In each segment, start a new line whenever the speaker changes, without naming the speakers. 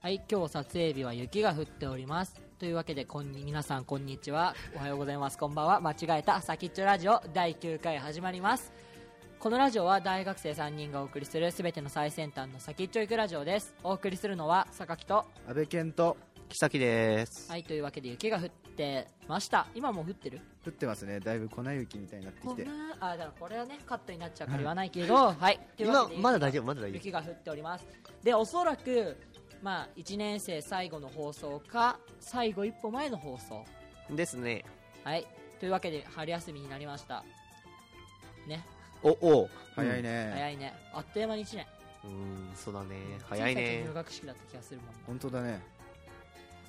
はい、今日撮影日は雪が降っております。というわけで、こんに、皆さんこんにちは。おはようございます。こんばんは。間違えた、先っちょラジオ第9回始まります。このラジオは大学生3人がお送りするすべての最先端の先っちょいくラジオです。お送りするのは、榊と。
安倍健と
木崎です、
はい、というわけで雪が降ってました。今もう降ってる
降ってますねだいぶ粉雪みたいになって
こ
き
んな
て、
あ、だからこれはね、カットになっちゃうから言わないけど、はい。というわ
今
けで
まだ大丈夫まだ大丈
雪が降っておりますでおそらく、まあ、1年生最後の放送か最後一歩前の放送
夫ですね
はいというわけで春休みになりましたね
おおう
早いね、
早いねあっという間に1年
うんうんそうだね早い
つさっ
ね
き入学式だった気がするもん
本当だね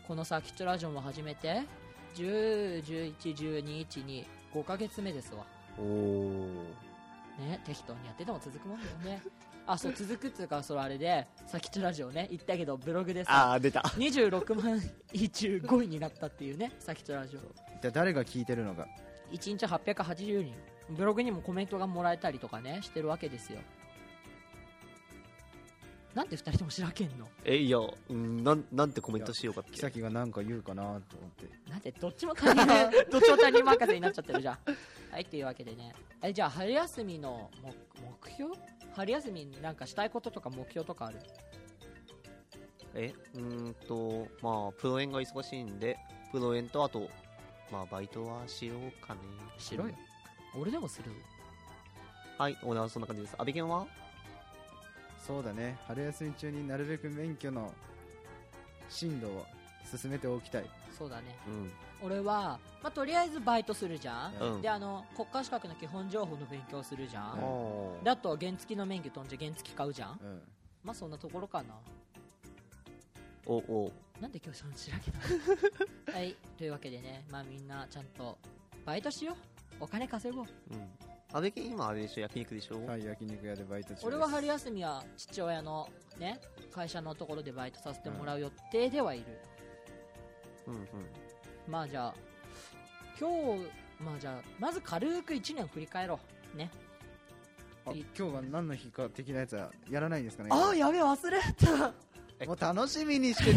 このさキッチョラジオも始めて10111212 5ヶ月目ですわ
おお
ね適当にやってても続くもんだよね あそう続くっつうかそれあれでさキッチョラジオね言ったけどブログでさ
ああ出た
26万位中5位になったっていうね、さきとラジオ。
一体誰が聞いてるのか
1日880人。ブログにもコメントがもらえたりとかね、してるわけですよ。なんで2人ともしらけんの
えいやうんなんなんてコメントしようかっ
木
け
崎が何か言うかなと思って
なんでどっちも他人、 どっちも他人任せになっちゃってるじゃん。はい、というわけでね。え、じゃあ春休みの目目標春休みになんかしたいこととか目標とかある
えうーんとまあプロ園が忙しいんでプロ園とあとまあバイトはしようかね
しろよ。俺でもするぞ。
はい俺はそんな感じです安倍健は
そうだね春休み中になるべく免許の進路を進めておきたい
そうだね。
うん
俺は、まあ、とりあえずバイトするじゃん。
うん
であの国家資格の基本情報の勉強するじゃ
あ
ん、
ー
であと原付の免許飛んじゃ原付買うじゃん
うん
まあそんなところかな
おお
なんで今日その知らけ どはいというわけでねまあみんなちゃんとバイトしようお金稼ごう
うん安倍健今あれでしょ焼肉でしょ、
はい焼肉屋でバイト中です
俺は春休みは父親のね会社のところでバイトさせてもらう予定ではいる、
うんうん
まあじゃあ今日まあじゃあまず軽く1年振り返ろうね
あ今日は何の日か的なやつはやらないんですかね
ああやべえ忘れた
もう楽しみにして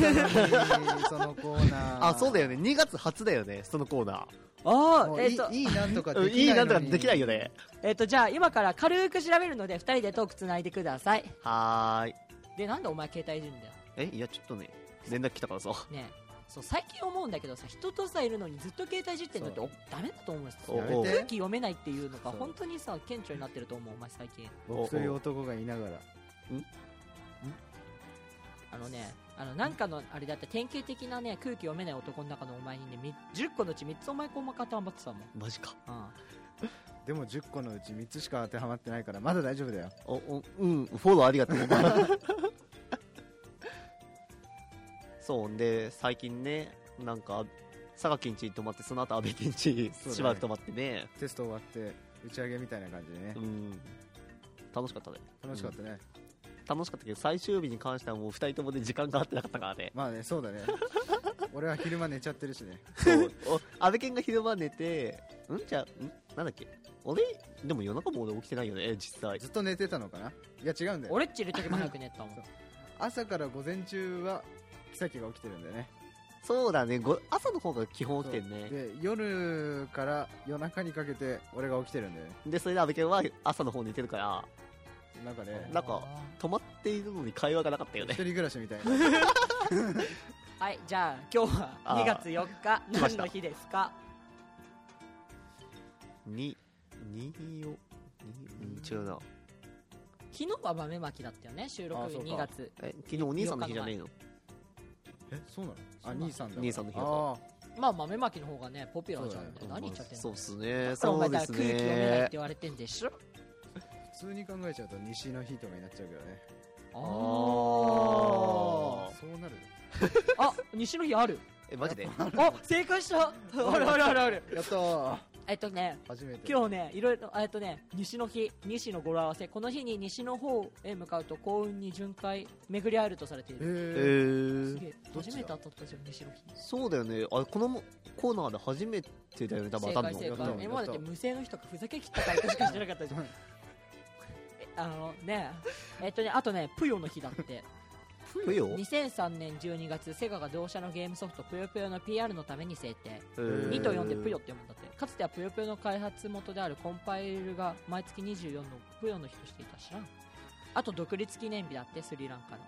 たのにそのコーナー
あそうだ
よ
よね2月初だよねそのコーナー
ああ
い
えっ、と
いいなんとかできなんいの
う
に
いいなんとかできないよね
えっ、と、じゃあ今から軽く調べるので、二人でトークつないでください。
はーい
で、なんでお前携帯いるんだよ。
えいやちょっとね連絡来たからさ
ねえ。そう、最近思うんだけどさ、人とさ、いるのにずっと携帯いじってんのって
そ
お
う
ダメだと思うんです
お
よ。
や
う
め
空
て
気読めないっていうのが、
そう
本当にさ、顕著になってると思う、お前最近。
僕という男がいながら
あのね、あの、なんかの、あれだって典型的なね、空気読めない男の中のお前にね、み10個のうち3つお前こうまか頑張ってたもん。
マジか
うん。
でも10個のうち3つしか当てはまってないからまだ大丈夫だよ
おおうんフォローありがとう そうんで最近ねなんか佐賀県知に泊まってその後安倍県知に
そうだね
しばらく泊まってね
テスト終わって打ち上げみたいな感じでね
う、ん楽しかったね
楽しかったね、
うん楽しかったけど最終日に関してはもう二人ともで時間が合ってなかったからね
まあねそうだね俺は昼間寝ちゃってるしね
そうお 安倍県が昼間寝てんじゃんなんだっけ俺でも夜中も俺起きてないよね実際
ずっと寝てたのかないや違うんだよ
俺っちいる時も早く寝たも。
そうん朝から午前中はキサキが起きてるんだよね
そうだねご朝の方が基本起きてるね
そうで夜から夜中にかけて俺が起きてるんだよね
でそれで安倍県は朝の方寝てるから
なんかね
なんか止まっているのに会話がなかったよ
一
ね
人暮らしみたいな
はい、じゃあ今日は
あー
2月4日、
来ま
何
した
の日ですか
にによにうん違うな
昨日は豆まきだったよね、収録
あ
日
そうか
2月。
え昨日お兄さんの日じゃねえの
えそうなの
う
あ
なの
兄さんだ
兄さんの日だ
ああ
まあ豆まきの方がねポピュラーじゃん、
そうだ
何言っちゃってんの
そうっすね
だからお
そ
前
うで
だ
す
から空気読めないって
ね
言われてんでしょ
普通に考えちゃうと西の日とかになっちゃうけどね
あ
そうなるよ
ああ西の日ある
えマ ジで
あ正解した あるあるあるある
やったー
えっとね
初めて
今日ねいろいろえっとね西の日西の語呂合わせこの日に西の方へ向かうと幸運に巡回巡り合えるとされてい
え
る
え
ー、
す
ー
げえ
どっちだ
初めて当たったじゃん西の日
そうだよねあれこのコーナーで初めてだよね多分
正
当たん
解
の
正
やった
解
の
今までだって無声の日とかふざけきった回しかしてなかったじゃんえあのねえっとねあとねぷよの日だって
ぷよ
2003年12月セガが同社のゲームソフトぷよぷよの PR のために制定
ー
2と4でぷよって読むんだってかつてはぷよぷよの開発元であるコンパイルが毎月24のぷよの日としていたしなあと独立記念日だってスリランカの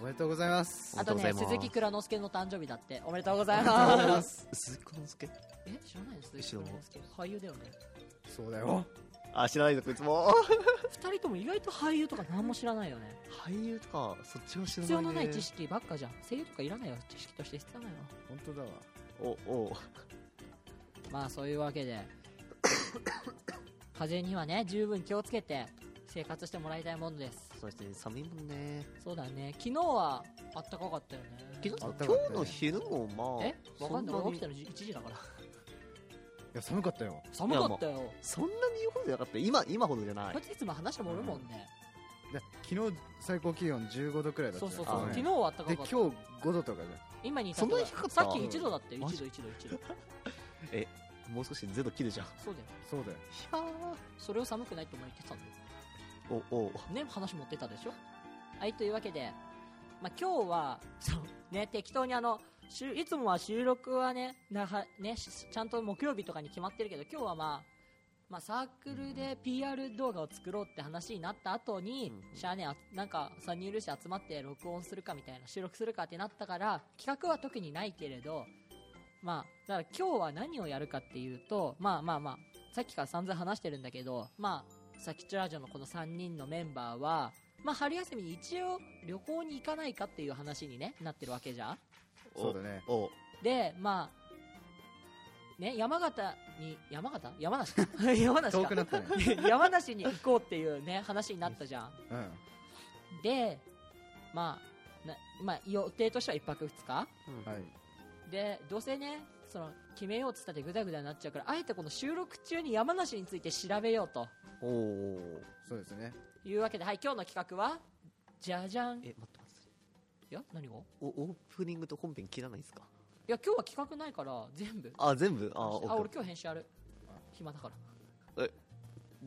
おめでとうございます
あと
とうござい
ね
ます
鈴木蔵之介の誕生日だっておめでとうござい
おめでとうござい
ま
ますす
鈴鹿之助
え知らないの鈴木蔵之介俳優だよね
そうだよ
あ知らないぞこいつも
2人とも意外と俳優とか何も知らないよね
俳優とかそっちは知らない、ね、
必要のない知識ばっかじゃん声優とかいらないよ知識として必要ないわ
本当だわ
おお
まあそういうわけ で風邪にはね十分気をつけて生活してもらいたいものです
そして寒いもんね
そうだね昨日はあったかかったよね
昨日
あ
今
ったかかったね
日の昼もまあ
えわかんない
そ
俺
な
起き
に
たの1時だから
いや寒かったよ
寒かったよ
そんなに言うほどじゃなかった今今ほどじゃな
こ
い
いついつも話してもおるもんね、
で昨日最高気温15度くらいだった
そう
じゃ
そ
ん
うそう、
あ
昨日はあった
で
かか
今
っ
日
た
5度とか
今に至
そんな
は
に低かった
さっき1度だって1度1
マジ
度1度
もう少しゼロ切るじゃんい
そうだよ
じゃんそうだよ
や
それを寒くないとも言ってたんだよ
ーおお
ね話持ってたでしょはいというわけで、まあ、今日はそう、ね、適当にあのしゅいつもは収録はねなはねしちゃんと木曜日とかに決まってるけど今日はまあまあ、サークルで PR 動画を作ろうって話になった後に、
うん
しゃあねあなんか3人いるし集まって録音するかみたいな収録するかってなったから企画は特にないけれどまあだから今日は何をやるかっていうとまあまあまあさっきから散々話してるんだけどまあさきちラジオのこの3人のメンバーはまあ春休みに一応旅行に行かないかっていう話に、ね、なってるわけじゃん
お
そうだね
おお
でまあね山形に山形山梨か山梨
遠
か
くなったね
山梨に行こうっていうね話になったじゃん
うん
でまあなまあ予定としては1泊2日
はい
でどうせねその決めようっつったってグダグダになっちゃうからあえてこの収録中に山梨について調べようと
おお
そうですね
いうわけではい今日の企画はじゃじゃんい
え待って待って
や何を
おオープニングと本編切らないですか
いや今日は企画ないから全部
あ全部あ
あ
オッケー
俺今日編集ある暇だから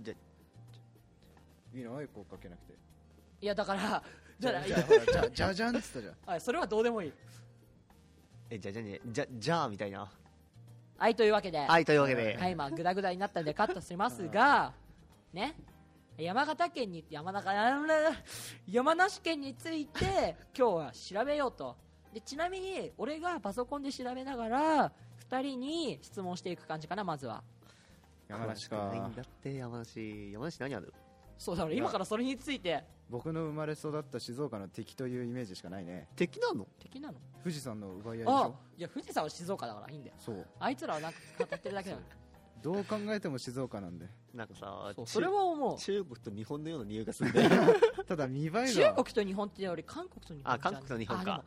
じゃ
いいのエコーかけなくて
いやだからだからい
じ
や
ゃあほらじゃあじゃあじゃんっつったじゃん
はいそれはどうでもいい
えじゃじゃねじゃじゃあみたいな
はいというわけで
はいというわけで、
はい、まあ、ぐだぐだになったんでカットしますが、ね、山形県に、山中、山梨県について、今日は調べようと。で、ちなみに、俺がパソコンで調べながら、二人に質問していく感じかな、まずは。
山梨
詳しくない
か
んだって山梨山梨何ある
そうだ、俺今からそれについて、
僕の生まれ育った静岡の敵というイメージしかないね
敵なの
敵なの
富士山の奪い合いでし
あ
ょ、
いや、富士山は静岡だからいいんだよ。
そう
あいつらはなんか語ってるだけだよ。
どう考えても静岡なんで
なんかさ
そう
ち
それは思う。
中国と日本のような匂いがするんだよ
ただ見栄えが
中国と日本ってより韓国と日本じゃん
あ韓国と日本か
あでも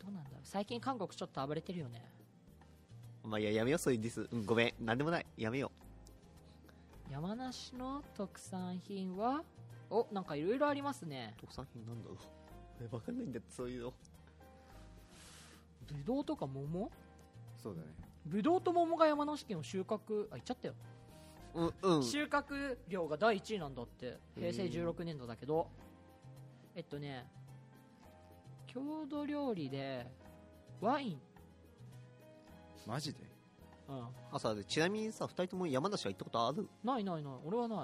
どうなんだろう最近韓国ちょっと暴れてるよね
まあいややめようそういうディス、うん、ごめんなんでもないやめよ
山梨の特産品はおなんかいろいろありますね
う特産品なんだろうえわかんないんだってそういうの
ぶどうとか桃
そうだね
ぶどうと桃が山梨県を収穫あ言っちゃったよ、
うんうん
収穫量が第1位なんだって平成
へー
16年度だけどえっとね郷土料理でワイン
マジで
うん
あさちなみにさ二人とも山梨は行ったことある
ないないない俺はない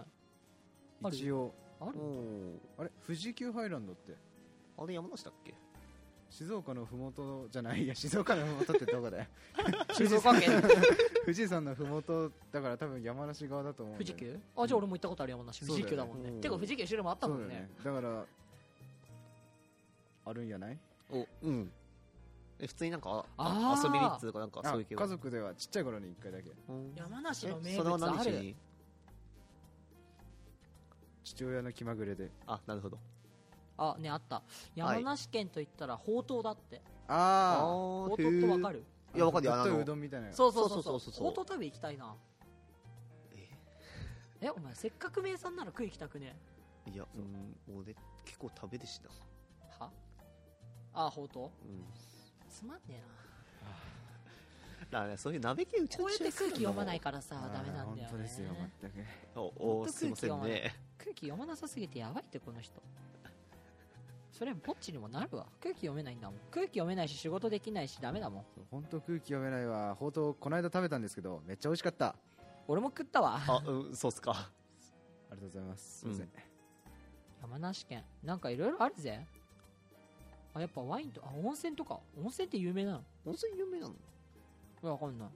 ある
一応
ある
ん
あれ富士急ハイランドって
あれ山梨だっけ
静岡のふもとじゃないいや 静岡のふもとってどこだよ
静岡県
富士山のふもとだから多分山梨側だと思うん
富
だよ
士急あじゃあ俺も行ったことある山梨
そ
富
う
士
だよね
急だもんね
うん
てか富士急種類もあった
そ
も
うんだよ
ね
ねだからあるんやない
おうんえ普通になんか
あ
あ
ー
遊びにっつうかなんか
あ
そういう系
家族ではちっちゃい頃に一回だけ
うん
山梨
え
の名
それは
物
何
あ
し
る
に
父親の気まぐれで
あなるほど
あねあった山梨県といったらほうとうだって、
あ
ほうとうってわかる
あ
いやわかるよあ
ぶっという
の
どんみたいな
そうそうそうそ
そううそうそうそう
ほうとう食べ行きたいなえお前せっかく名産なら食い行きたくね
いやうん俺結構食べるしな
はあほうと
うん
うつまんねえ
だからねそういう鍋系うち
なこ
の
うやっ
父
て
親
空気読まないいからさ
あー
ダメなんだよ
本当
ね
ですよ全く
おおすいません
ほんと空気読まな空気読ま
ね
なさすぎてやばいってこの人それぼっちにもなるわ空気読めないんだもん空気読めないし仕事できないしダメだもん
本当空気読めないわほうとうこの間食べたんですけどめっちゃ美味しかったあ
俺も食ったわ
あ、うん、そうっすか。
りがとうございますすいません、
うん
山梨県なんかいろいろあるぜあやっぱワインとあ温泉とか温泉って有名なの
温泉有名なの
わかんない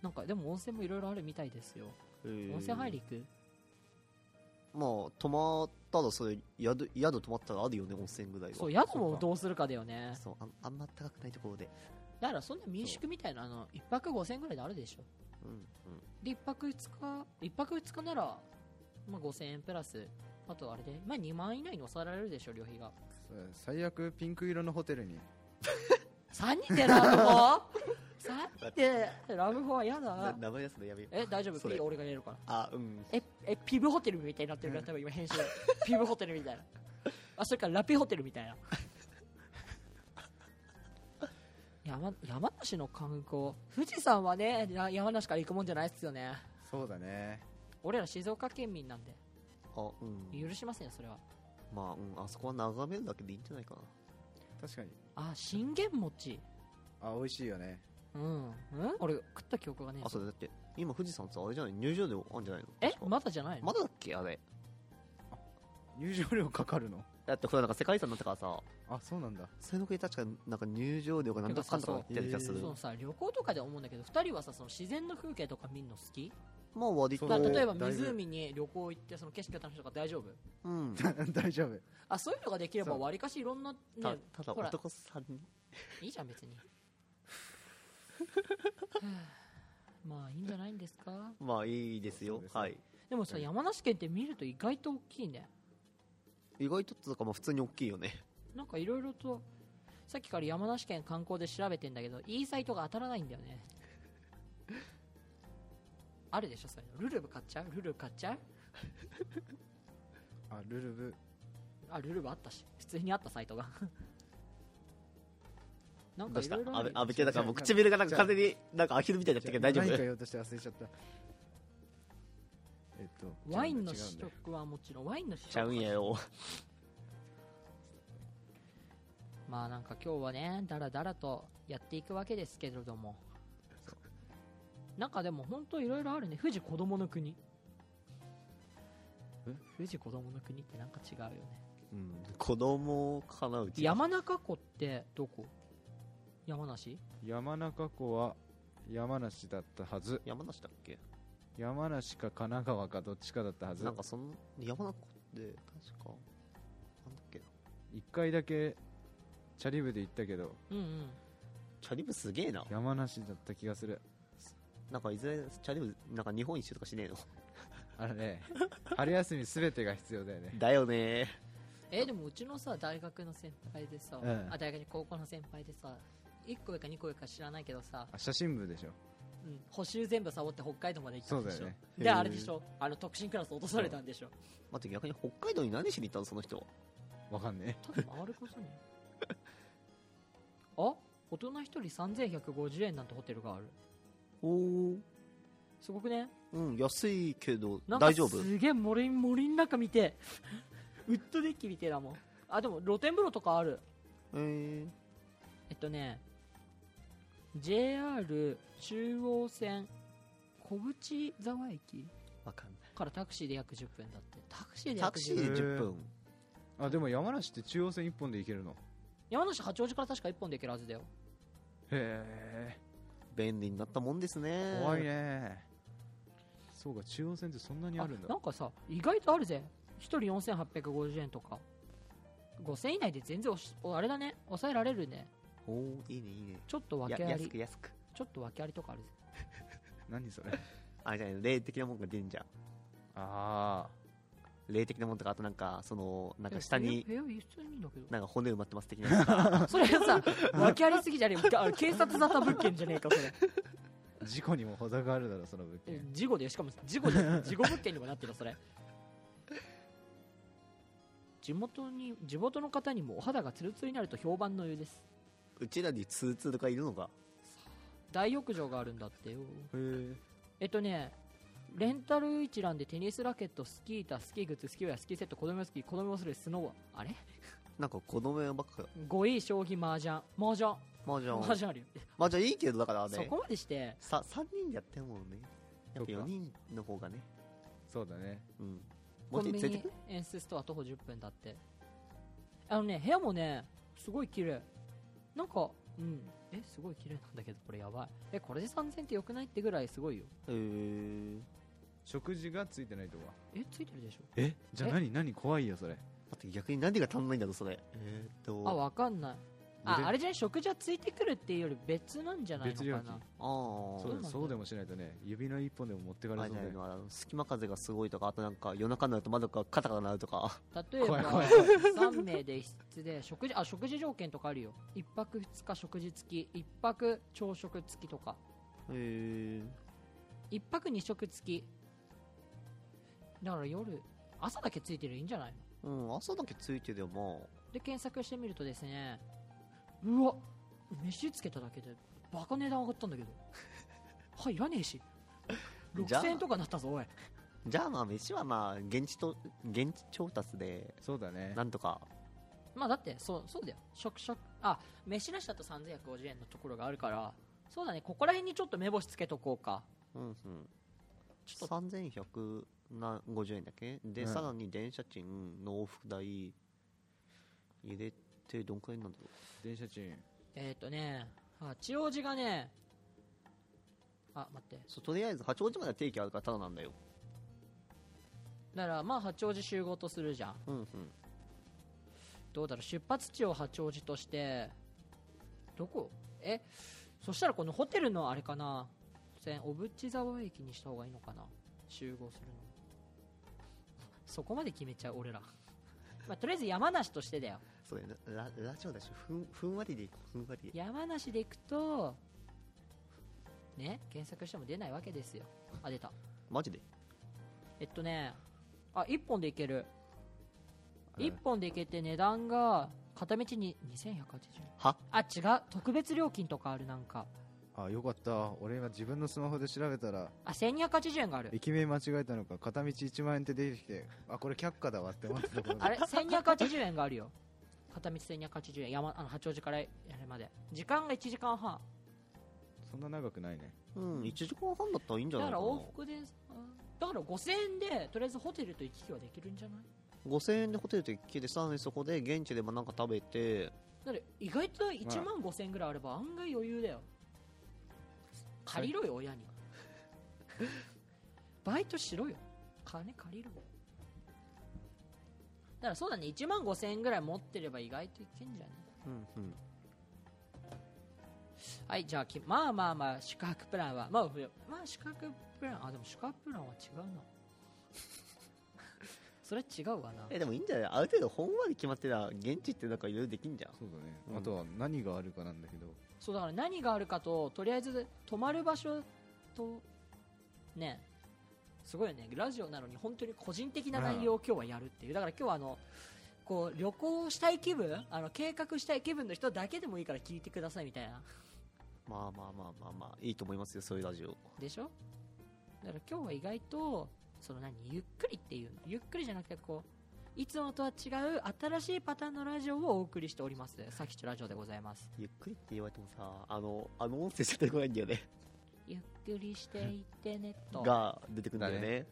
なんかでも温泉もいろいろあるみたいですよ温泉入り行く
まあ、泊まったら、それ、宿、宿泊まったらあるよね、温泉ぐらいは。
そう宿もどうするかだよね
そう、あんあんま高くないところで。
だからそんな民宿みたいなあの1泊5000円ぐらいであるでしょ
うん、うん。
で1泊2日一泊2日なら、まあ、5000円プラスあとあれで、まあ、2万円以内に抑えられるでしょ旅費が
そう最悪ピンク色のホテルに
3人でラブホ ?3 人でラブホは嫌
な
だ
名前出すのやめよう。
え大丈夫
それ
ピー俺が入れるから
あ、うん。
ええピブホテルみたいになってるから多分今編集ピブホテルみたいなあそれからラピホテルみたいな 山山梨の観光富士山はねな山梨から行くもんじゃないっすよね
そうだね
俺ら静岡県民なんで
あ、うん。
許しませんよそれは
まあ、うん、あそこは眺めるだけでいいんじゃないかな。
確かに
あ信玄餅
あ美味しいよね
うん、うん、俺食った記憶がねえ
あ、それだって、今富士山ってあれじゃない入場料あんじゃないの
え
確か
まだじゃないの、
まだだっけあれ。
入場料かかるの
だってほら、なんか世界遺産になったからさ、
あそうなんだ
それの国確か、なんか入場料がなんだかんだかなってる気がす
そ
る。
のさ旅行とかで思うんだけど2人はさその自然の風景とか見るの好き
まあ、割
そ
と。
う
だから例えば
だいぶ
湖に旅行行ってその景色を楽しむとか大丈夫
うん。
大丈夫
あそういうのができれば
そう
わりかしいろんな、ね、
たただ
ほら
男さんに
いいじゃん別 にはあまあいいんじゃないんですか
まあいいです
そ
よ
うですね
はい
でもさ山梨県って見ると意外と大きいね
意外ととかまあ普通に大きいよね
なんかいろいろとさっきから山梨県観光で調べてんだけどいいサイトが当たらないんだよねあるでしょそういうのルルブ買っちゃうルルブ買っちゃう
あルルブ
あルルブあったし普通にあったサイトがなん
ど
か
う
い
した
ろいろあ
安
る
倍安倍系だからもう
じゃあ
唇がなん
じ
か
ゃあ
風になんかアヒルみたいになったけど大丈
何か
夫
言おうとして忘れちゃったえっと
ワインの
違うん
試
だよ
食はもちろんワインの試
ちゃうん
食
やよ
まあなんか今日はねだらだらとやっていくわけですけれどもなんかでも本当いろいろあるね富士子供の国富士子供の国ってなんか違うよね
うん子供かなうち
山中湖ってどこ山梨
山中湖は山梨だったはず
山梨だっけ
山梨か神奈川かどっちかだったはず
なんかその山中湖って確かなんだっけな
一回だけチャリブで行ったけど
うんうん
チャリブすげえな
山梨だった気がする
なんかいずれチャリブなんか日本一周とかしねえの
あれね春休み全てが必要だよね
だよね
えーでもうちのさ大学の先輩でさ、
うん
あ大学に高校の先輩でさ1個上か2個上か知らないけどさ、
あ写真部でしょ
うん、補習全部サボって北海道まで行った
そ
ん
う
で
だ
しょ
よね
へ
で
ー
あれでしょあの特進クラス落とされたんでしょ
待って逆に北海道に何しに行ったのその人
わかんね
多分回ることにあ大人1人3150円なんてホテルがある
おお
すごくね
うん安いけど
なんか
大丈夫
すげえ森森の中見て えウッドデッキ見てえだもんあでも露天風呂とかある
えー
えっとね JR 中央線小淵沢駅
わかんない
からタクシーで約10分だってタクシーで
タ
約
ク
10
シー
分
で
へー
10分
えあでも山梨って中央線一本で行けるの
山梨八王子から確か1本で行けるはずだよ
へ
便利になったもんですね
え怖いねそうか中央線ってそんなにあるんだ
なんかさ意外とあるぜ1人4850円とか5000円以内で全然おしおあれだね抑えられるね
おおいいねいいね
ちょっと
や
訳あ
安
り
く安く
ちょっと訳ありとかあるぜ
何それ
あれじゃない霊的なもんが出るんじゃん
ああ
霊的なもんとかあとなんかそのなん
いや
か下に
部屋部屋普通にいいんだけど
なんか骨埋まってます的な やつが
それさ訳ありすぎじゃねえ だ警察沙汰物件じゃねえかそれ
事故にも程があるだろその物
え
件
事故でしかも事故 で事故物件にもなってるよそれ地元に地元の方にもお肌がツルツルになると評判の湯です
うちらにツーツーとかいるのか
大浴場があるんだってよ
へえ
えっとねレンタル一覧でテニスラケット、スキー板、スキーグッズ、スキーウェア、スキーセット、子供用スキー、子供用スレー、スノー、あれ
なんか子供ばっか
?5 位、将棋、麻雀、麻雀、
マージャン
麻雀あるよ。
マージャンいいけどだから
そ
ね
こまでして、
さ3人でやってもねやっぱ
そっ
4
か
人の方がね
そうだね
うん
コ
もう
ン
ちょ
ビ
いついて
ニ
く
エンスストア徒歩10分だってあのね部屋もねすごい綺麗なんかうんえすごい綺麗なんだけどこれやばいえこれで3000ってよくないってぐらいすごいよ
えー、
食事がついてないとか
えついてるでしょ
えじゃあ
え
何何怖いよそれ
待って逆に何が足んないんだろうそれえー、っと
あわかんないあ
売れ
あれじゃない食事はついてくるっていうより別なんじゃないの
別料
か
金
な
あー
そ
そうなん
う
だ
そうでもしないとね指の一本でも持ってか
あ
れ
れ
そう
じ
だ
ゃない
よ
のあの隙間風がすごいとかあとなんか夜中になると窓がカタカタ鳴るとか
例えば
怖い怖い
3名で一室で食事あ食事条件とかあるよ1泊2日食事付き1泊朝食付きとか
え
1泊2食付きだから夜朝だけついてるいいんじゃないの
ー、うん朝だけついてでも
で検索してみるとですねうわ飯つけただけでバカ値段上がったんだけどはいいらねえし
じゃあ
6000円とかなったぞおい
じゃあまあ飯はまあ現地と現地調達で
そうだね
なんとか
まあだってそうそうだよ食食あ飯なしだと3950円のところがあるからそうだねここら辺にちょっと目星つけとこうか
うんうん
ちょっと
3150円だっけで、
うん
さらに電車賃の往復代入れてどんくらいなんだろ
電車賃
えっ、とね八王子がねあ待って
うそうとりあえず八王子まで定期あるからただなんだよ
だからまあ八王子集合とするじゃん
うんうん
どうだろう出発地を八王子としてどこえそしたらこのホテルのあれかな線小淵沢駅にした方がいいのかな集合するのそこまで決めちゃう俺ら、 まあ、とりあえず山梨としてだよ
そうだよねララジオだしふんふんわりでいこうふんわりで
山梨で行くとね検索しても出ないわけですよあ出た
マジで
えっとねあ一1本で行ける
あれ
1本で行けて値段が片道に2180円
は
あ違う特別料金とかあるなんか
あよかった俺今自分のスマホで調べたら
あ1280円がある
駅名間違えたのか片道1万円って出てきてあこれ却下だわって思ってたところで
あれ1280円があるよ片道1280円山あの八王子からやれまで時間が1時間半
そんな長くないね
うん1時間半だったらいいんじ
だ
ゃな
か
いからな
往復でうんだから5000円でとりあえずホテルと行き来はできるんじゃない
5000円でホテルと一気でさらにそこで現地でもなんか食べて
だって意外と1万5000円ぐらいあれば案外余裕だよ借りろよ親にバイトしろよ金借りろよだからそうだね1万5000円ぐらい持ってれば意外といけんじゃね
うんうん
はいじゃあきまあまあまあ宿泊プランはまあ不要まあ宿泊プランあでも宿泊プランは違うな それ違うわな
えでもいいんじゃないある程度ほんわり決まってたら現地ってなんかいろいろできんじゃん
そうだね、
うん
あとは何があるかなんだけど
そうだから何があるかととりあえず泊まる場所とねすごいよねラジオなのに本当に個人的な内容を今日はやるっていう、だから今日はあのこう旅行したい気分あの計画したい気分の人だけでもいいから聞いてくださいみたいな
まあまあまあまあまあいいと思いますよそういうラジオ
でしょだから今日は意外とその何ゆっくりっていうのゆっくりじゃなくてこういつもとは違う新しいパターンのラジオをお送りしておりますさきちラジオでございます
ゆっくりって言われてもさあのあの音声しか出てこないんだよね
ゆっくりしていってねと
が出てくるんだよね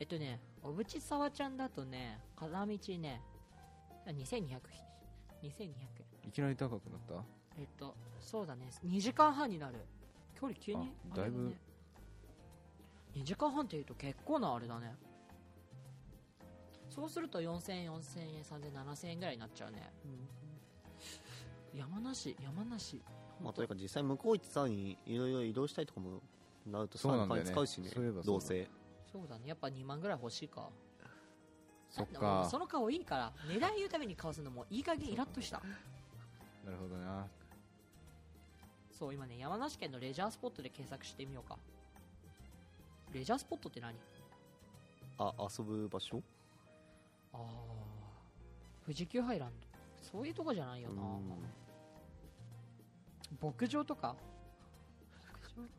えっとね、小渕沢ちゃんだとね、片道ね、2200円。2200円。
いきなり高くなった
えっと、そうだね、2時間半になる。距離急に
あ
あれ
だいぶ
ね。2時間半って言うと結構なあれだね。そうすると4000円、4000円、3000円、7000円ぐらいになっちゃうね。山梨、山梨。
まあというか実際向こう行ってさらにいろいろ移動したいとかもなるとさ
そう
ら
なん
に
だよね
金使うしね
そういえばそう
どうせ
そうだね、やっぱ2万ぐらい欲しいか。
そっ
なんだ
か
その顔いいから、値段言うために買わすのもいい加減イラッとした。
なるほどな
そう今ね山梨県のレジャースポットで検索してみようかレジャースポットって何
あ遊ぶ場所
ああ富士急ハイランドそういうとこじゃないよな
うん
牧場とか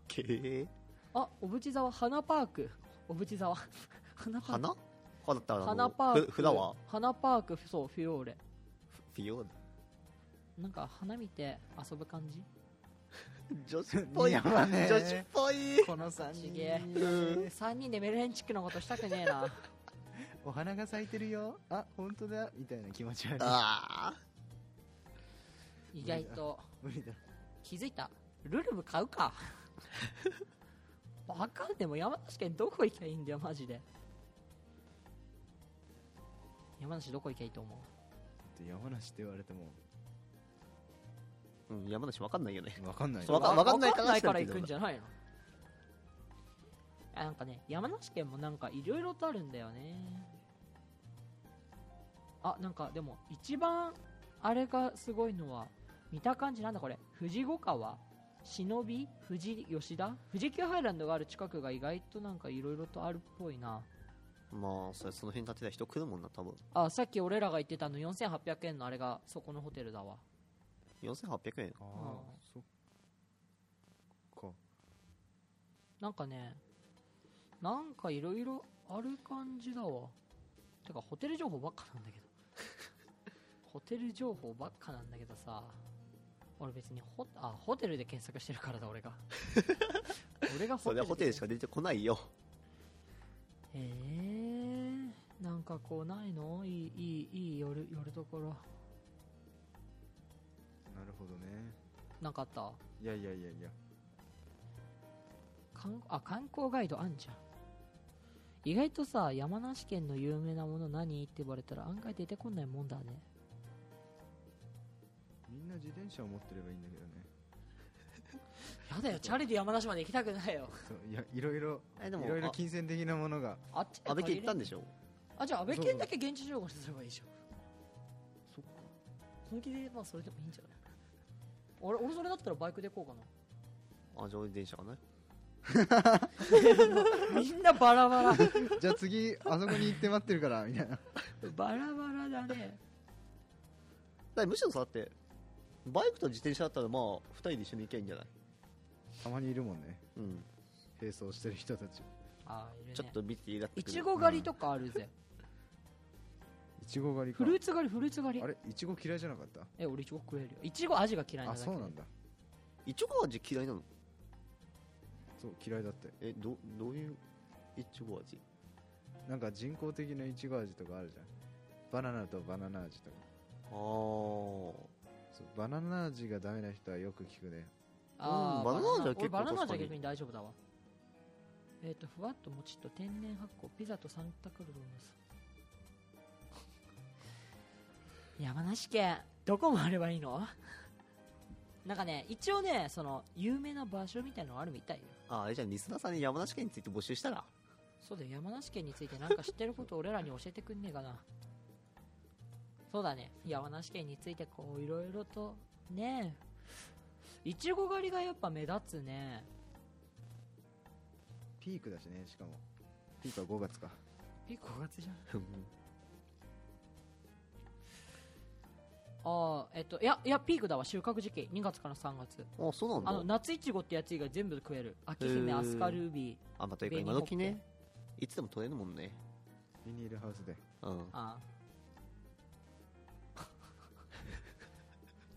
経営
あ小淵沢花パーク小淵沢花パーク
花花だったらあの
花パーク
フフラワー
花パークそうフィオーレ
フィオー
なんか花見て遊ぶ感じ
女子っぽい
いやまあね
女子っぽい
この3
ち
人
げ
うん
3人でメルヘンチックのことしたくねえな
お花が咲いてるよあ本当だみたいな気持ち悪い
ああ
意外と
無理だ
気づいたルルブ買うか バカでも山梨県どこ行きゃいいんだよマジで山梨どこ行きゃいいと思う
って山梨って言われても
うん山梨わかんないよね
分かんない
そうわかわかんない
わ
から
から行くんじゃないのあなんかね山梨県もなんかいろいろとあるんだよねあなんかでも一番あれがすごいのは見た感じなんだこれ富士五川忍び富士吉田富士急ハイランドがある近くが意外となんかいろいろとあるっぽいな
まあそれその辺建てた人来るもんな多分
あさっき俺らが言ってたの4800円のあれがそこのホテルだわ
4800円
ああ
うん
そっか
なんかね、なんかいろいろある感じだわ。てか、ホテル情報ばっかなんだ けど。ホテル情報ばっかなんだけどさ。俺別にホ、あ、ホテルで検索してるからだ、俺 が。俺がホ
そ
テ
れ
ル
はホテルしか出てこないよ
えー、なんかこうないのいい、いい、いい夜、夜ところ。
なるほどね
なんかあった
いやいやいやいや
観あ観光ガイドあんじゃん意外とさ山梨県の有名なもの何って言われたら案外出てこないもんだね
みんな自転車を持ってればいいんだけどね
やだよチャリで山梨まで行きたくないよ
そういやいろいろ
えでも
いろいろ
あ
金銭的なものが
あっち
安倍家行ったんで
し
しょ
あじゃあ安倍県だけ現地情報にすればいいじゃん
そっか
本気でまあそれでもいいんじゃない俺俺それだったらバイクで行こう
あ上電車かな
かな みんなバラバラ
じゃあ次あそこに行って待ってるからみたいな
バラバラだね
だむしろさだってバイクと自転車だったらまあ2人で一緒に行けばいいんじゃない
たまにいるもんね
うん
並走してる人たち
あいるね
ちょっと見ていいだって
い
くる
ちご狩りとかあるぜ、
いちご狩りか
フルーツ狩りフルーツ狩り
あれいちご嫌いじゃなかった
え俺いちご食えるよいちご味が嫌いなだ
あ
け
そうなんだ
いちご味嫌いなの
そう嫌いだって
えどどういういちご味
なんか人工的ないちご味とかあるじゃんバナナとバナナ味とか
ああ
そうバナナ味がダメな人はよく聞くね
あー
うんバナナ味は結構
俺バナナ味は
確かに
逆に大丈夫だわえっ、とふわっともちっと天然発酵ピザとサンタクロース 山梨県どこもあればいいのなんかね一応ねその有名な場所みたいのあるみたいよ
ああれじゃあリスナーさんに山梨県について募集したら
そうだよ山梨県についてなんか知ってること俺らに教えてくんねえかなそうだね山梨県についてこういろいろとねえいちご狩りがやっぱ目立つね
ピークだしねしかもピークは5月か
え5月じゃん
うん
ああえっといやいやピークだわ収穫時期2月から3月
あそうなんだ
あの夏いちごってやつ以外全部食える秋
へ
姫
ー
アスカルービー
あまあというか
紅
今
ほっ
時
け
ねいつでも取れるもんね
ビニールハウスで
うん
ああ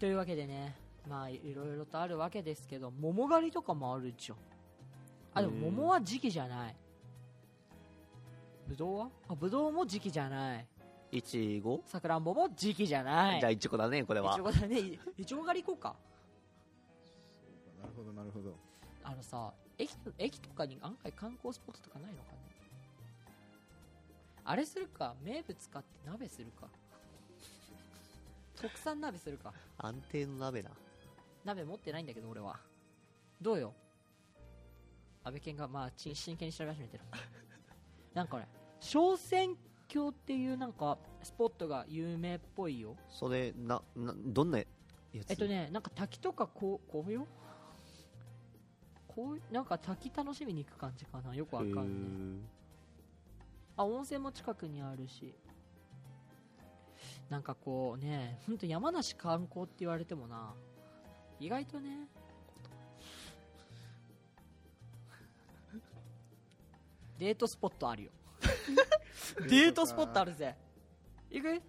というわけでねまあいろいろとあるわけですけど桃狩りとかもあるじゃんあでも
へー
桃は時期じゃないぶどうはあぶどうも時期じゃない
いちご
さくらんぼも時期じゃない
じゃあいちごだねこれ
い
は
ちごだねい いちご狩り行こうか
なるほどなるほど
あのさ駅駅とかに案外観光スポットとかないのかねあれするか名物買って鍋するか特産鍋するか
安定の鍋だ
鍋持ってないんだけど俺はどうよ安倍健がまあち真剣に調べ始めてるなんかね小仙峡っていうなんかスポットが有名っぽいよ
それななどんなやつ
えっとねなんか滝とかこう紅葉こうなんか滝楽しみに行く感じかなよくわかんないあ温泉も近くにあるしなんかこうね本当山梨観光って言われてもな意外とねデートスポットあるよデートスポットあるぜ行く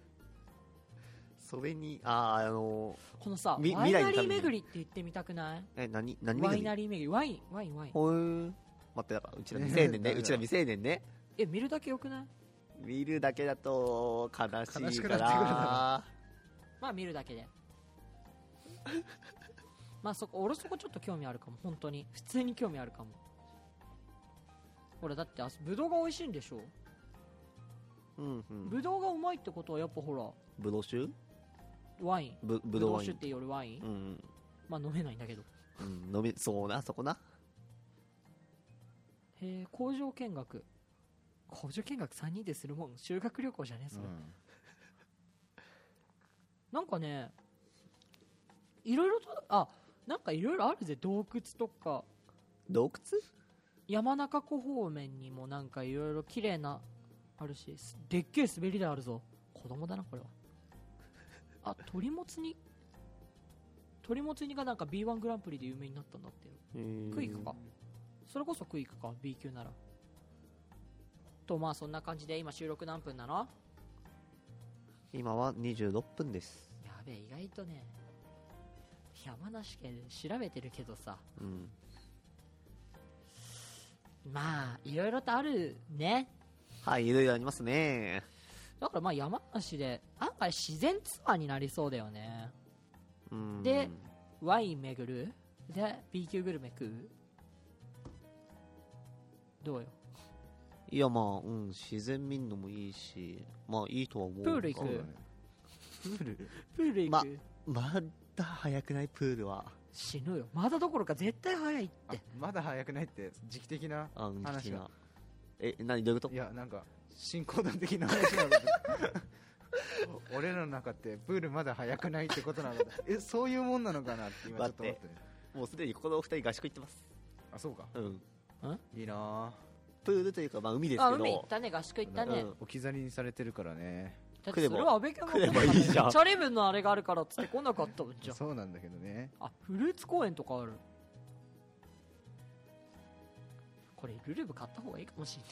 それにあーあの
このさ
み
ワイナ
未来
リ
のた
ー
めに
巡りって言ってみたくない
ーえ何何
ワイナ
リ
リー巡りワインワインワイン
ほー待ってだからうちら未成年ねうちら未成年ね
え見るだけよくない
見るだけだと悲しいから
悲しくなってくるだ
まあ見るだけで まあそこ俺そこちょっと興味あるかも本当に普通に興味あるかもほらだってあそぶどうが美味しいんでしょ
うんうん
ぶどうがうまいってことはやっぱほら
ブドウ酒
ワイン
ぶぶ
ぶ
ど
ど
う
う
ワイ
酒っ
ン
てよりワイン、
うん
まあ飲めないんだけど
うん飲みそうなそこな
へえ工場見学工場見学3人でするもん修学旅行じゃねえそれ、
うん
なんかねいろいろとあなんかいろいろあるぜ洞窟とか
洞窟
山中湖方面にもなんかいろいろ綺麗なあるしすでっけえ滑り台あるぞ子供だなこれはあ鳥もつ煮鳥もつ煮がなんか B1 グランプリで有名になったんだってよクイ
ク
クかそれこそクイクか B 級ならとまあそんな感じで今収録何分なの
今は26分です
やべえ意外とね山梨県調べてるけどさ
うん
まあいろいろとあるね
はいいろいろありますね
だからまあ山梨で案外自然ツアーになりそうだよね
うん
でワイン巡るで B 級グルメ食うどうよ
いやまあうん自然見んのもいいしまあいいとは思うが
プール行
そう
く
だねプール
プール行く、
ままだ早くないプールは
死ぬよまだどころか絶対早いっ
あ
て
まだ早くないって時期的な
あうん
話が
的なえ何どういうこと
いやなんか進行論的な話なのかとお 俺らの中ってプールまだ早くないってことなのかとえそういうもんなのかなって今ちょっと思って
もうすでにここのお二人合宿行ってます
あそうか
うん
いいな
プールというかまあ海です
あ
け
海行っ
ど
たね合宿行った
あ
ね、
うん
置き去りにされてるからね
だっ
来
て
れ
そ
ば
れは安倍君が来なか
来れ
っ
ばいいじゃん
たチャリブンのあれがあるからっつって来なかったもんじゃん
そうなんだけどね
あフルーツ公園とかあるこれルルブ買った方がいいかもしんない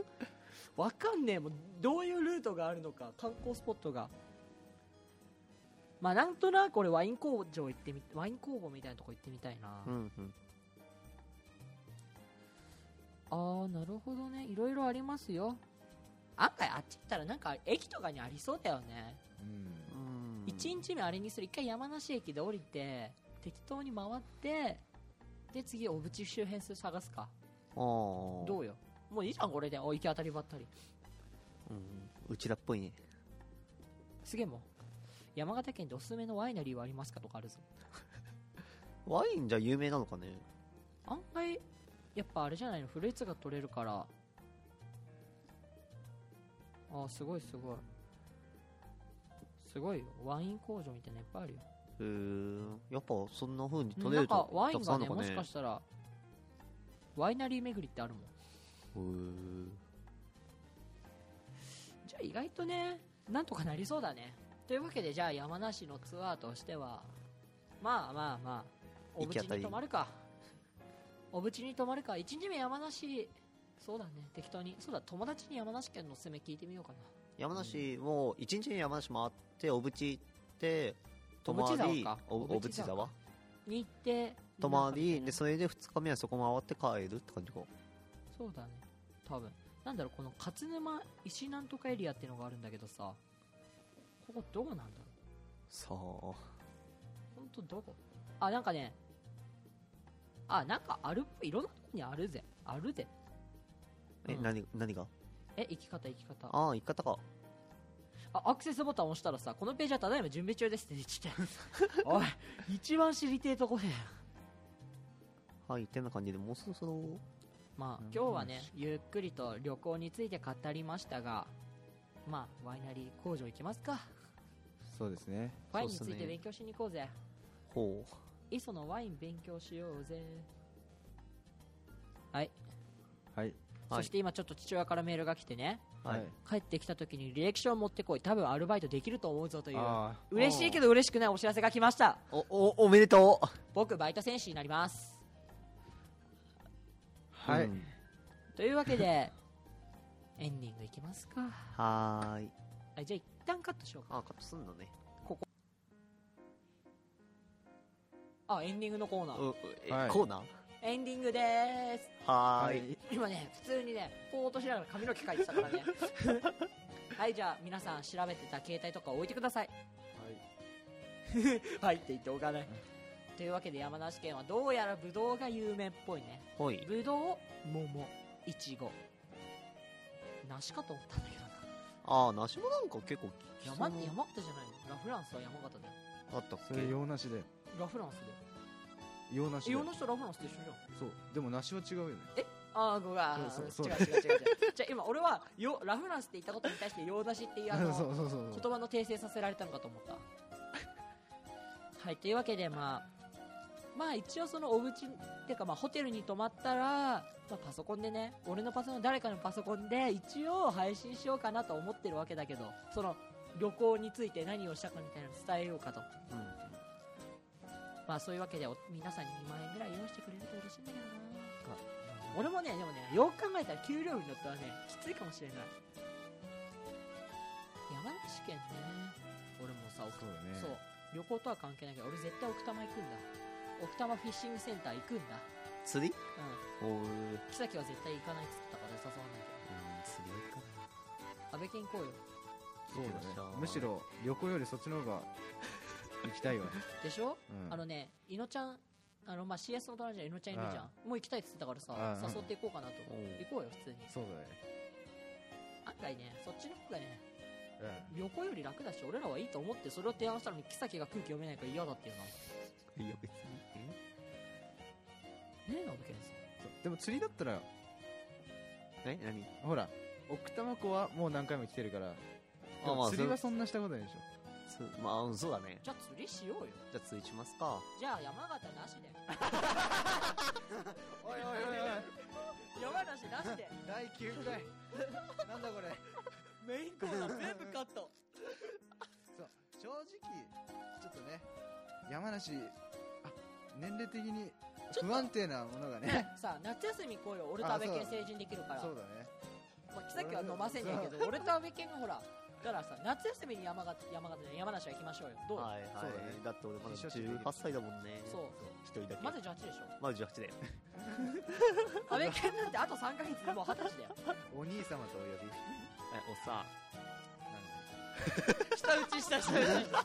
わかんねえもんどういうルートがあるのか観光スポットがまあなんとなく俺ワイン工場行ってみワイン工房みたいなとこ行ってみたいな、
うんうん
ああなるほどねいろいろありますよ案外あっち行ったらなんか駅とかにありそうだよね
うん
うん
1日目あれにする1回山梨駅で降りて適当に回ってで次小渕周辺数探すか
ああ
どうよもういいじゃんこれでお行き当たりばったり
うんうちらっぽいね
すげえもん山形県でおすすめのワイナリーはありますかとかあるぞ
ワインじゃ有名なのかね
案外やっぱあれじゃないのフルーツが取れるからあーすごいすごいすごいよワイン工場みたいなのいっぱいあるよ
へーやっぱそんな風に取れ
な
る
んか
と
ワイ
た
ン
くさ
が
んあ
ね
るの
も
か
し
ね
かしたらワイナリー巡りってあるもん
へー
じゃあ意外とねなんとかなりそうだねというわけでじゃあ山梨のツアーとしてはまあまあまあ小
行き当た
渕
り
に泊まるか小渕に泊まるか1日目山梨そうだね適当にそうだ友達に山梨県のおすすめ聞いてみようかな
山梨も一日に山梨回って小渕行って泊ま
小渕
り
沢か
お
小
小
渕
渕
沢
沢
に行って
泊まり
なんかね
でそれで2日目はそこ回って帰るって感じか
そうだね多分なんだろうこの勝沼石南とかエリアっていうのがあるんだけどさここどこなんだろう
さあ
本当どこあなんかねあなんかあるっぽいいろんなとこにあるぜあるぜ
え、
うん
何何が
え生き方生き方あ
ああ行き方か
アクセスボタン押したらさこのページはただいま準備中ですってちっ ちゃいおい一番知りてえとこだよ
はいてな感じでもうそろそろ
まあ
うん
今日はねゆっくりと旅行について語りましたがまあワイナリー工場行きますか
そうですね
ワインについ
そうっす
て
ね
勉強しに行こうぜ
ほ
磯のワイン勉強しようぜはい、
はい
はい
そして今ちょっと父親からメールが来てね
うはい、
帰ってきた時に履歴書を持ってこい多分アルバイトできると思うぞという
あ
嬉しいけど嬉しくないお知らせが来ました
おおおめでとう
僕バイト戦士になります
あはい、
うん
というわけで エンディングいきますか
はーい。
あじゃあ一旦カットしようか
あ、カットすんのね。
あエンディングのコーナー
うえ
はい
コーナー
エンディングでーす
は
は
ーい。
い。
今ね普通にねポーっとしながら髪の毛描いてたからね はいじゃあ皆さん調べてた携帯とか置いてくださいはいって言っておかないというわけで山梨県はどうやらブドウが有名っぽいね
ほい。
ブドウ桃いちご梨かと思ったんだけどな
あー、梨もなんか結構聞きそう
山って山形じゃないのラ・フランスは山形だよ
あったっ
そ
け
れ洋梨で
ラ・フランスだよ
洋梨
え
で
世の人ラ・フランスと一緒じゃん
そうでも梨は違うよね
ああごめんあー
そうそう
違う違う違う違うじゃあ今俺はよラ・フランスって言ったことに対して洋出しっていうあ の
そうそうそうそう
言葉の訂正させられたのかと思った はいというわけでまあまあ一応そのお家っていうかまあホテルに泊まったら、まあ、パソコンでね俺のパソコン誰かのパソコンで一応配信しようかなと思ってるわけだけどその旅行について何をしたかみたいなの伝えようかと
うん。
まあそういうわけでお皆さんに2万円ぐらい用意してくれると嬉しいんだけどな俺もねでもねよく考えたら給料日になったらねきついかもしれない山梨県ね俺もさ奥
そうだね
そう旅行とは関係ないけど俺絶対奥多摩行くんだ奥多摩フィッシングセンター行くんだ
釣り
う
おー、うん、
ん木崎は絶対行かないっつったから誘わないけ
釣りはいいか
ど安倍健行こうよ
そうだね
行きましょう
むしろ旅行よりそっちの方が行きたいわ、
でしょ、
うん、
あのねいのちゃんあのまあ CS のドラマじゃいのちゃんいるじゃん、もう行きたいっつってたからさ、
うん
誘っていこうかなと、
おう
行こうよ普通に
そうだね
案外ねそっちの方がね
うん
旅行より楽だし俺らはいいと思ってそれを提案したのに木崎が空気読めないから嫌だっていうなね
な。いや別に。
え安部健
そうでも釣りだったら
え何
ほら奥多摩湖はもう何回も来てるから
あまあ
釣りは
そ
そんなしたことないでしょ
つまあ、うんそうだね。
じゃあ釣りしようよ
じゃあ釣りしますか。
じゃあ山形なしで
おいおいおい
山梨なしで
おい第9回なんだこれ
メインコーナー全部カッ ト
そう正直ちょっとね山梨あ年齢的に不安定なものがね
さあ夏休み行こうよ俺と安部健成人できるから
そうだね
まあ、木崎は飲ませんねんけど俺と安部健がほらだからさ夏休みに山形山形で山梨は行きましょうよどう、
はいはい
そうだね
だって俺まだ
一緒にできる
18歳だもんね。
そう
一人だけ。
まだ18でしょ
まだ18だよ。
安部健なんてあと3ヶ月でもう二十歳だよ
お兄様とお呼び
え、 おっさ
下打ちした 下打ちした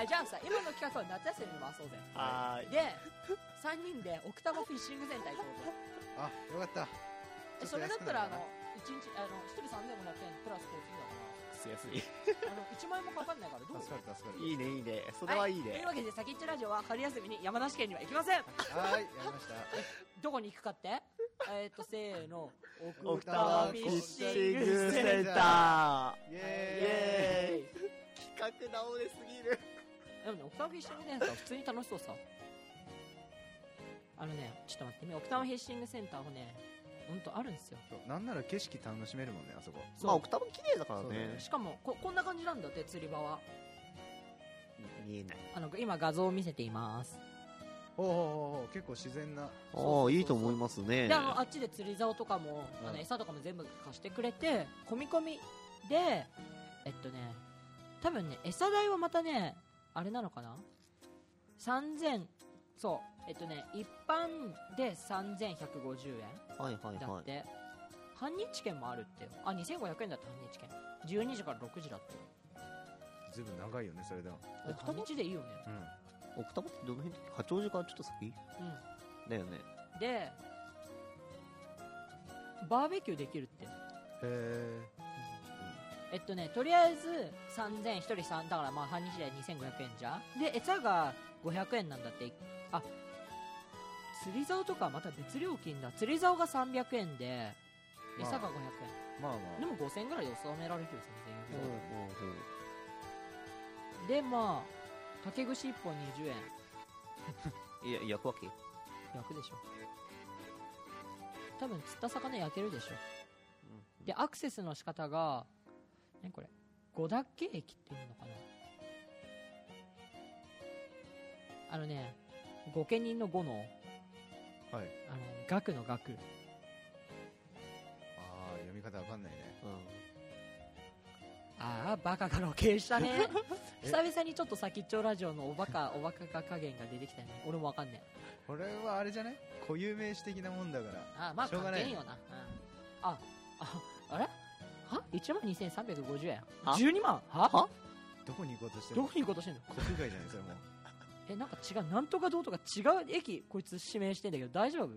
あじゃあさ今の企画は夏休みに回そうぜ
ん。はーい。
で3人で奥多摩フィッシングセンター行こうぜ
あよかった
えそれだったらあの一日あの1人3500円プラス交通
安い。
費だからあの1万円もかかんないからどう
助かる助かる
いいね、いいね。それはいい
とい
ね
う。わけで先っちょラジオは春休みに山梨県には行きません
はーいやりました
どこに行くかって えっとせーの
奥
奥
多
多摩
摩
フ
フィ
ィ
ッ
ッ
シ
シ
ン
ン
グ
グ
セ
セ
ン
ン
タ
イ
イ
エ
ーイ
ー。企画倒れすぎる。
でもね奥多摩フィッシングセンターは普通に楽しそうさあのねちょっと待ってね奥多摩フィッシングセンターもね本当あるんですよ
ーイなんなら景色楽しめるもんねあそこ
そう
まあ、奥多摩綺麗だから
そうだ
ね
ね。
しかもここんな感じなんだって釣り場は
見えない。
あの今画像を見せています
おうおうおうおう結構自然な
そうそう
あ
そう
あ、いいと思いますね。
であのあっちで釣り竿とかも、
うん
あの餌とかも全部貸してくれて込み込みでえっとね多分ね餌代はまたねあれなのかな3000そうえっとね一般で3150円
はいはい
だ
は
っ
い。
て、半日券もあるってよあ2500円だって半日券12時から6時だって
ずいぶん長いよねそれでも
あ半日でいいよね
うん
奥多摩ってどの辺だっけ八王子からちょっと先
う
だよね。
んでバーベキューできるって
へえ
えっとね、とりあえず3000、1人3、だからまあ半日で2500円じゃんで、餌が500円なんだって。あ、釣り竿とかまた別料金だ。釣り竿が300円で、
まあ
餌が500
まあま
円。でも5000円ぐらいで収められるよ、全
う
然で、
ん。
まあ、竹串1本20円。
いや、焼くわけ
焼くでしょ。多分釣った魚焼けるでしょ。で、アクセスの仕方が、何これ五岳駅っていうのかなあのね、御家人の五の、
あはい
あの、岳の岳。
り方わかんないね
うん
ああバカが露見した ね
え
久々にちょっと先っちょラジオのおバ カおバカが加減が出てきたね俺もわかんねえ
これはあれじゃない固有名詞的なもんだから
あーまあ
しょう
関
がない
係んよなうんあああれは1万2350円
は
12万は
は
どこに行こうとしてる
ど
の
こに行こうとしてんの
国外じゃないそれもう
えなんか違うなんとかどうとか違う駅こいつ指名してんだけど大丈夫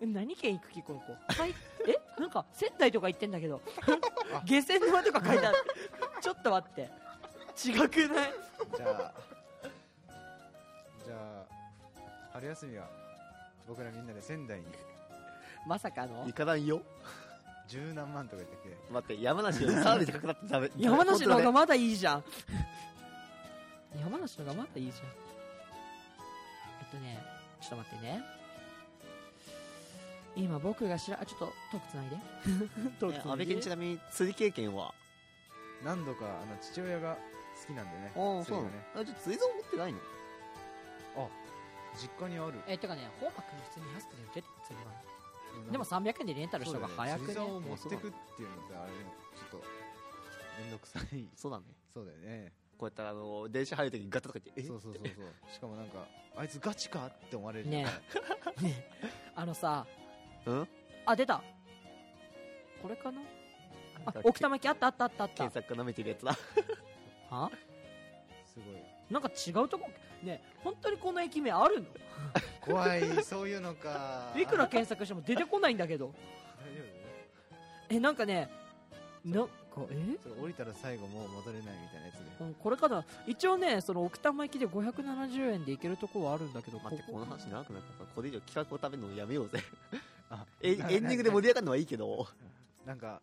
え何県行く気この子はい えなんか仙台とか行ってんだけど 下船沼とか書いてあ るちょっと待って違くない
じゃあじゃあ春休みは僕らみんなで仙台に
まさかの
行かないよ
十何万とか言ってて
待って山梨よりサービス高くなってダメ
山梨の方
本当だ
が
ね
まだいいじゃん山梨の方がまだいいじゃんえっとねちょっと待ってね今僕が知らあちょっとトークつないでトークつな
え安
い
倍
で
君ちなみに釣り経験は
何度かあの父親が好きなんでね
ああ
釣
そう
りが
なの
ね
あちょっと釣り竿持ってないの
実家にある
えてかね本格に普通に安くて売ってる釣りはでも300円でレンタルした方が早く
そう
ね
だよね釣り竿を持ってくっていうのってあれちょっと面倒くさい
そうだね
そうだよね
こうやったらあの電車入るときにガタとか言ってえ
そうそうそうそうしかもなんかあいつガチかって思われるじゃん
ねえねえあのさ
うん
あ出たこれかなあ
だっけ
奥多摩駅あったあったあったあった
検索が舐めてるや つだ
は
すごい
なんか違うとこねえ本当にこの駅名あるの
怖いそういうのか
いくら
大丈
検索しても出てこないんだけど
夫
えなんかねなんかえ
それ降りたら最後もう戻れないみたいなやつね
うんこれかな一応ねその奥多摩駅で570円で行けるとこはあるんだけど
待ってこの話長くなるからさこれ以上企画を食べるのやめよう ぜ
あ
えエンディングで盛り上がるのはいいけど
なんか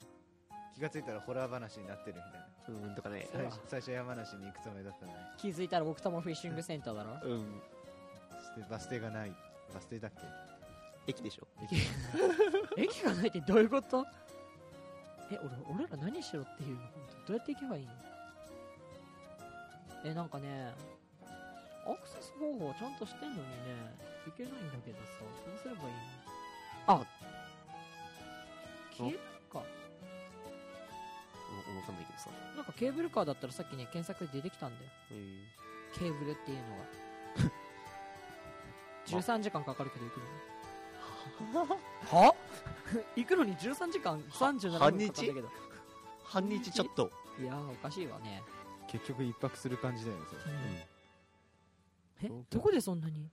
気がついたらホラー話になってるみたいな
うんとかね
最
うわ
初最初山梨に行くつもりだったのに
気づいたら奥多摩フィッシングセンターだろ
うん
そしてバス停がないバス停だっけ
駅でしょ
駅がないってどういうことえ俺俺ら何しろっていうの本当どうやって行けばいいのえなんかねアクセス方法ちゃんとしてんのにね行けないんだけどさどうすればいいのあ消えるか
うんわかんないけどさ
なんかケーブルカーだったらさっきね検索で出てきたんだよ
うん
ケーブルっていうの が13時間かかるけど行くのには 行くのに13時間37分かかるんだけど
半日ちょっと
いやーおかしいわね
結局一泊する感じだよねそれ
え
そうか
どこでそんなに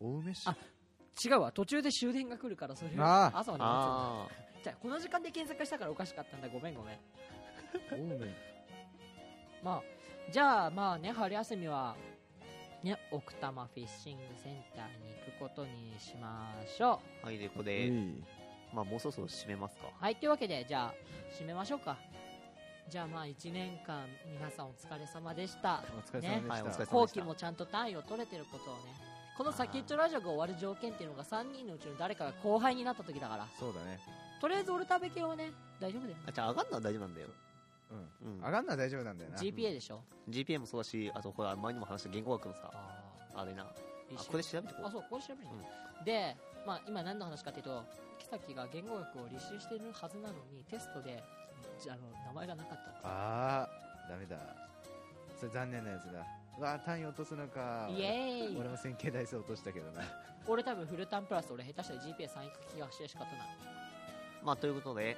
青梅市
あ違うわ途中で終電が来るからそれ
あー
朝まで待
ああ
つじゃあこの時間で検索したからおかしかったんだごめんごめん
青梅
まあじゃあまあね春休みはね奥多摩フィッシングセンターに行くことにしましょ
はいでこ
う
れ
い
まあもうそろそろ締めますか
うはいというわけでじゃあ締めましょうかじゃあまあ1年間皆さんお疲れ様でした
お疲れ様でした、
ねはいお疲れ様でした
後期もちゃんと単位を取れてることをねこの先っちょラジオが終わる条件っていうのが3人のうちの誰かが後輩になった時だから
そうだね
とりあえず俺食べ系はね大丈夫だよね
あじゃあ上がるのは大丈夫なんだよ
うん
うん
上がんな大丈夫なんだよな
GPA でしょ
GPA もそうだしあとこれ前にも話した言語学のさ
あ
あれなあ
一緒
これ調べてこ
あそうこれ調べる、で、まあ、今何の話かっていうと木崎が言語学を履修してるはずなのにテストでじゃあの名前がなかったって
あーダメだそれ残念なやつだうわー単位落とすのか
イエーイ
俺も線形代数落としたけどな
俺多分フルターンプラス俺下手したら GPA3 いく気がして仕方ない
いまあということで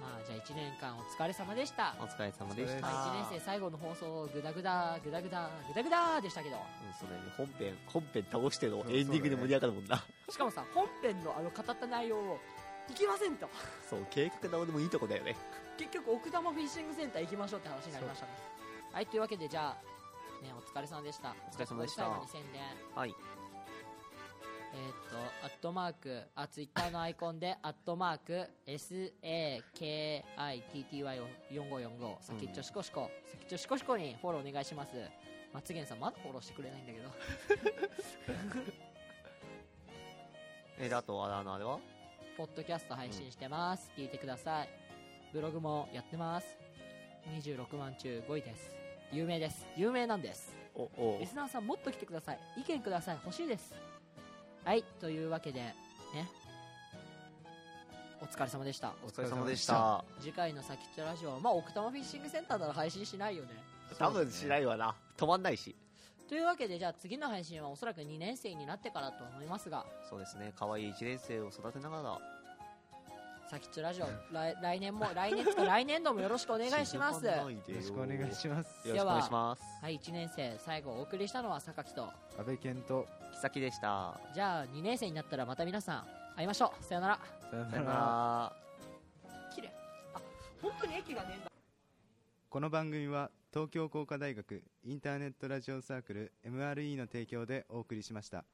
まあじゃあ1年間お疲れ様でした
お疲れ様で
お疲れ様で
し
した
た
まあ、1年生最後の放送グダグダグダグダグダグダでしたけど
うんそうだよね本編本編倒しての
うん
エンディングで盛り上がるもんな
しかもさ本編のあの語った内容を行きませんと
そう計画直でもいいとこだよね
結局奥多摩フィッシングセンター行きましょうって話になりましたねはいというわけでじゃあ、ね、お疲れ様でした
お疲れ様でした
最後に宣伝
はい
えーっとアットマークあツイッターのアイコンでアットマーク SAKITTY4545 先っちょしこしこ、先っちょしこしこにフォローお願いします松源さんまだフォローしてくれないんだけ ど
えであとあれあのあれは
ポッドキャスト配信してます、聞いてくださいブログもやってます26万中5位です有名です有名なんです
おお
リスナーさんもっと来てください意見ください欲しいですはいというわけでねお疲れ様でした
お疲れ様でした
次回の「さきっちょラジオ」はまあ奥多摩フィッシングセンターなら配信しないよね
多分しないわな止まんないし
というわけでじゃあ次の配信はおそらく2年生になってからと思いますが
そうですね可愛い1年生を育てながら
「さきっちょラジオ」来来年も来年つか来年度もよろしくお願いしま す
静か
は
に
よろしくお願いします
よろしくお願いします
い1年生最後お送りしたのは榊と
安倍健と
木崎でした
じゃあ2年生になったらまた皆さん会いましょうさよなら
さよ
さよ
な
な
ら
ら
綺麗あ本当に駅がねえんだ
この番組は東京工科大学インターネットラジオサークル MRE の提供でお送りしました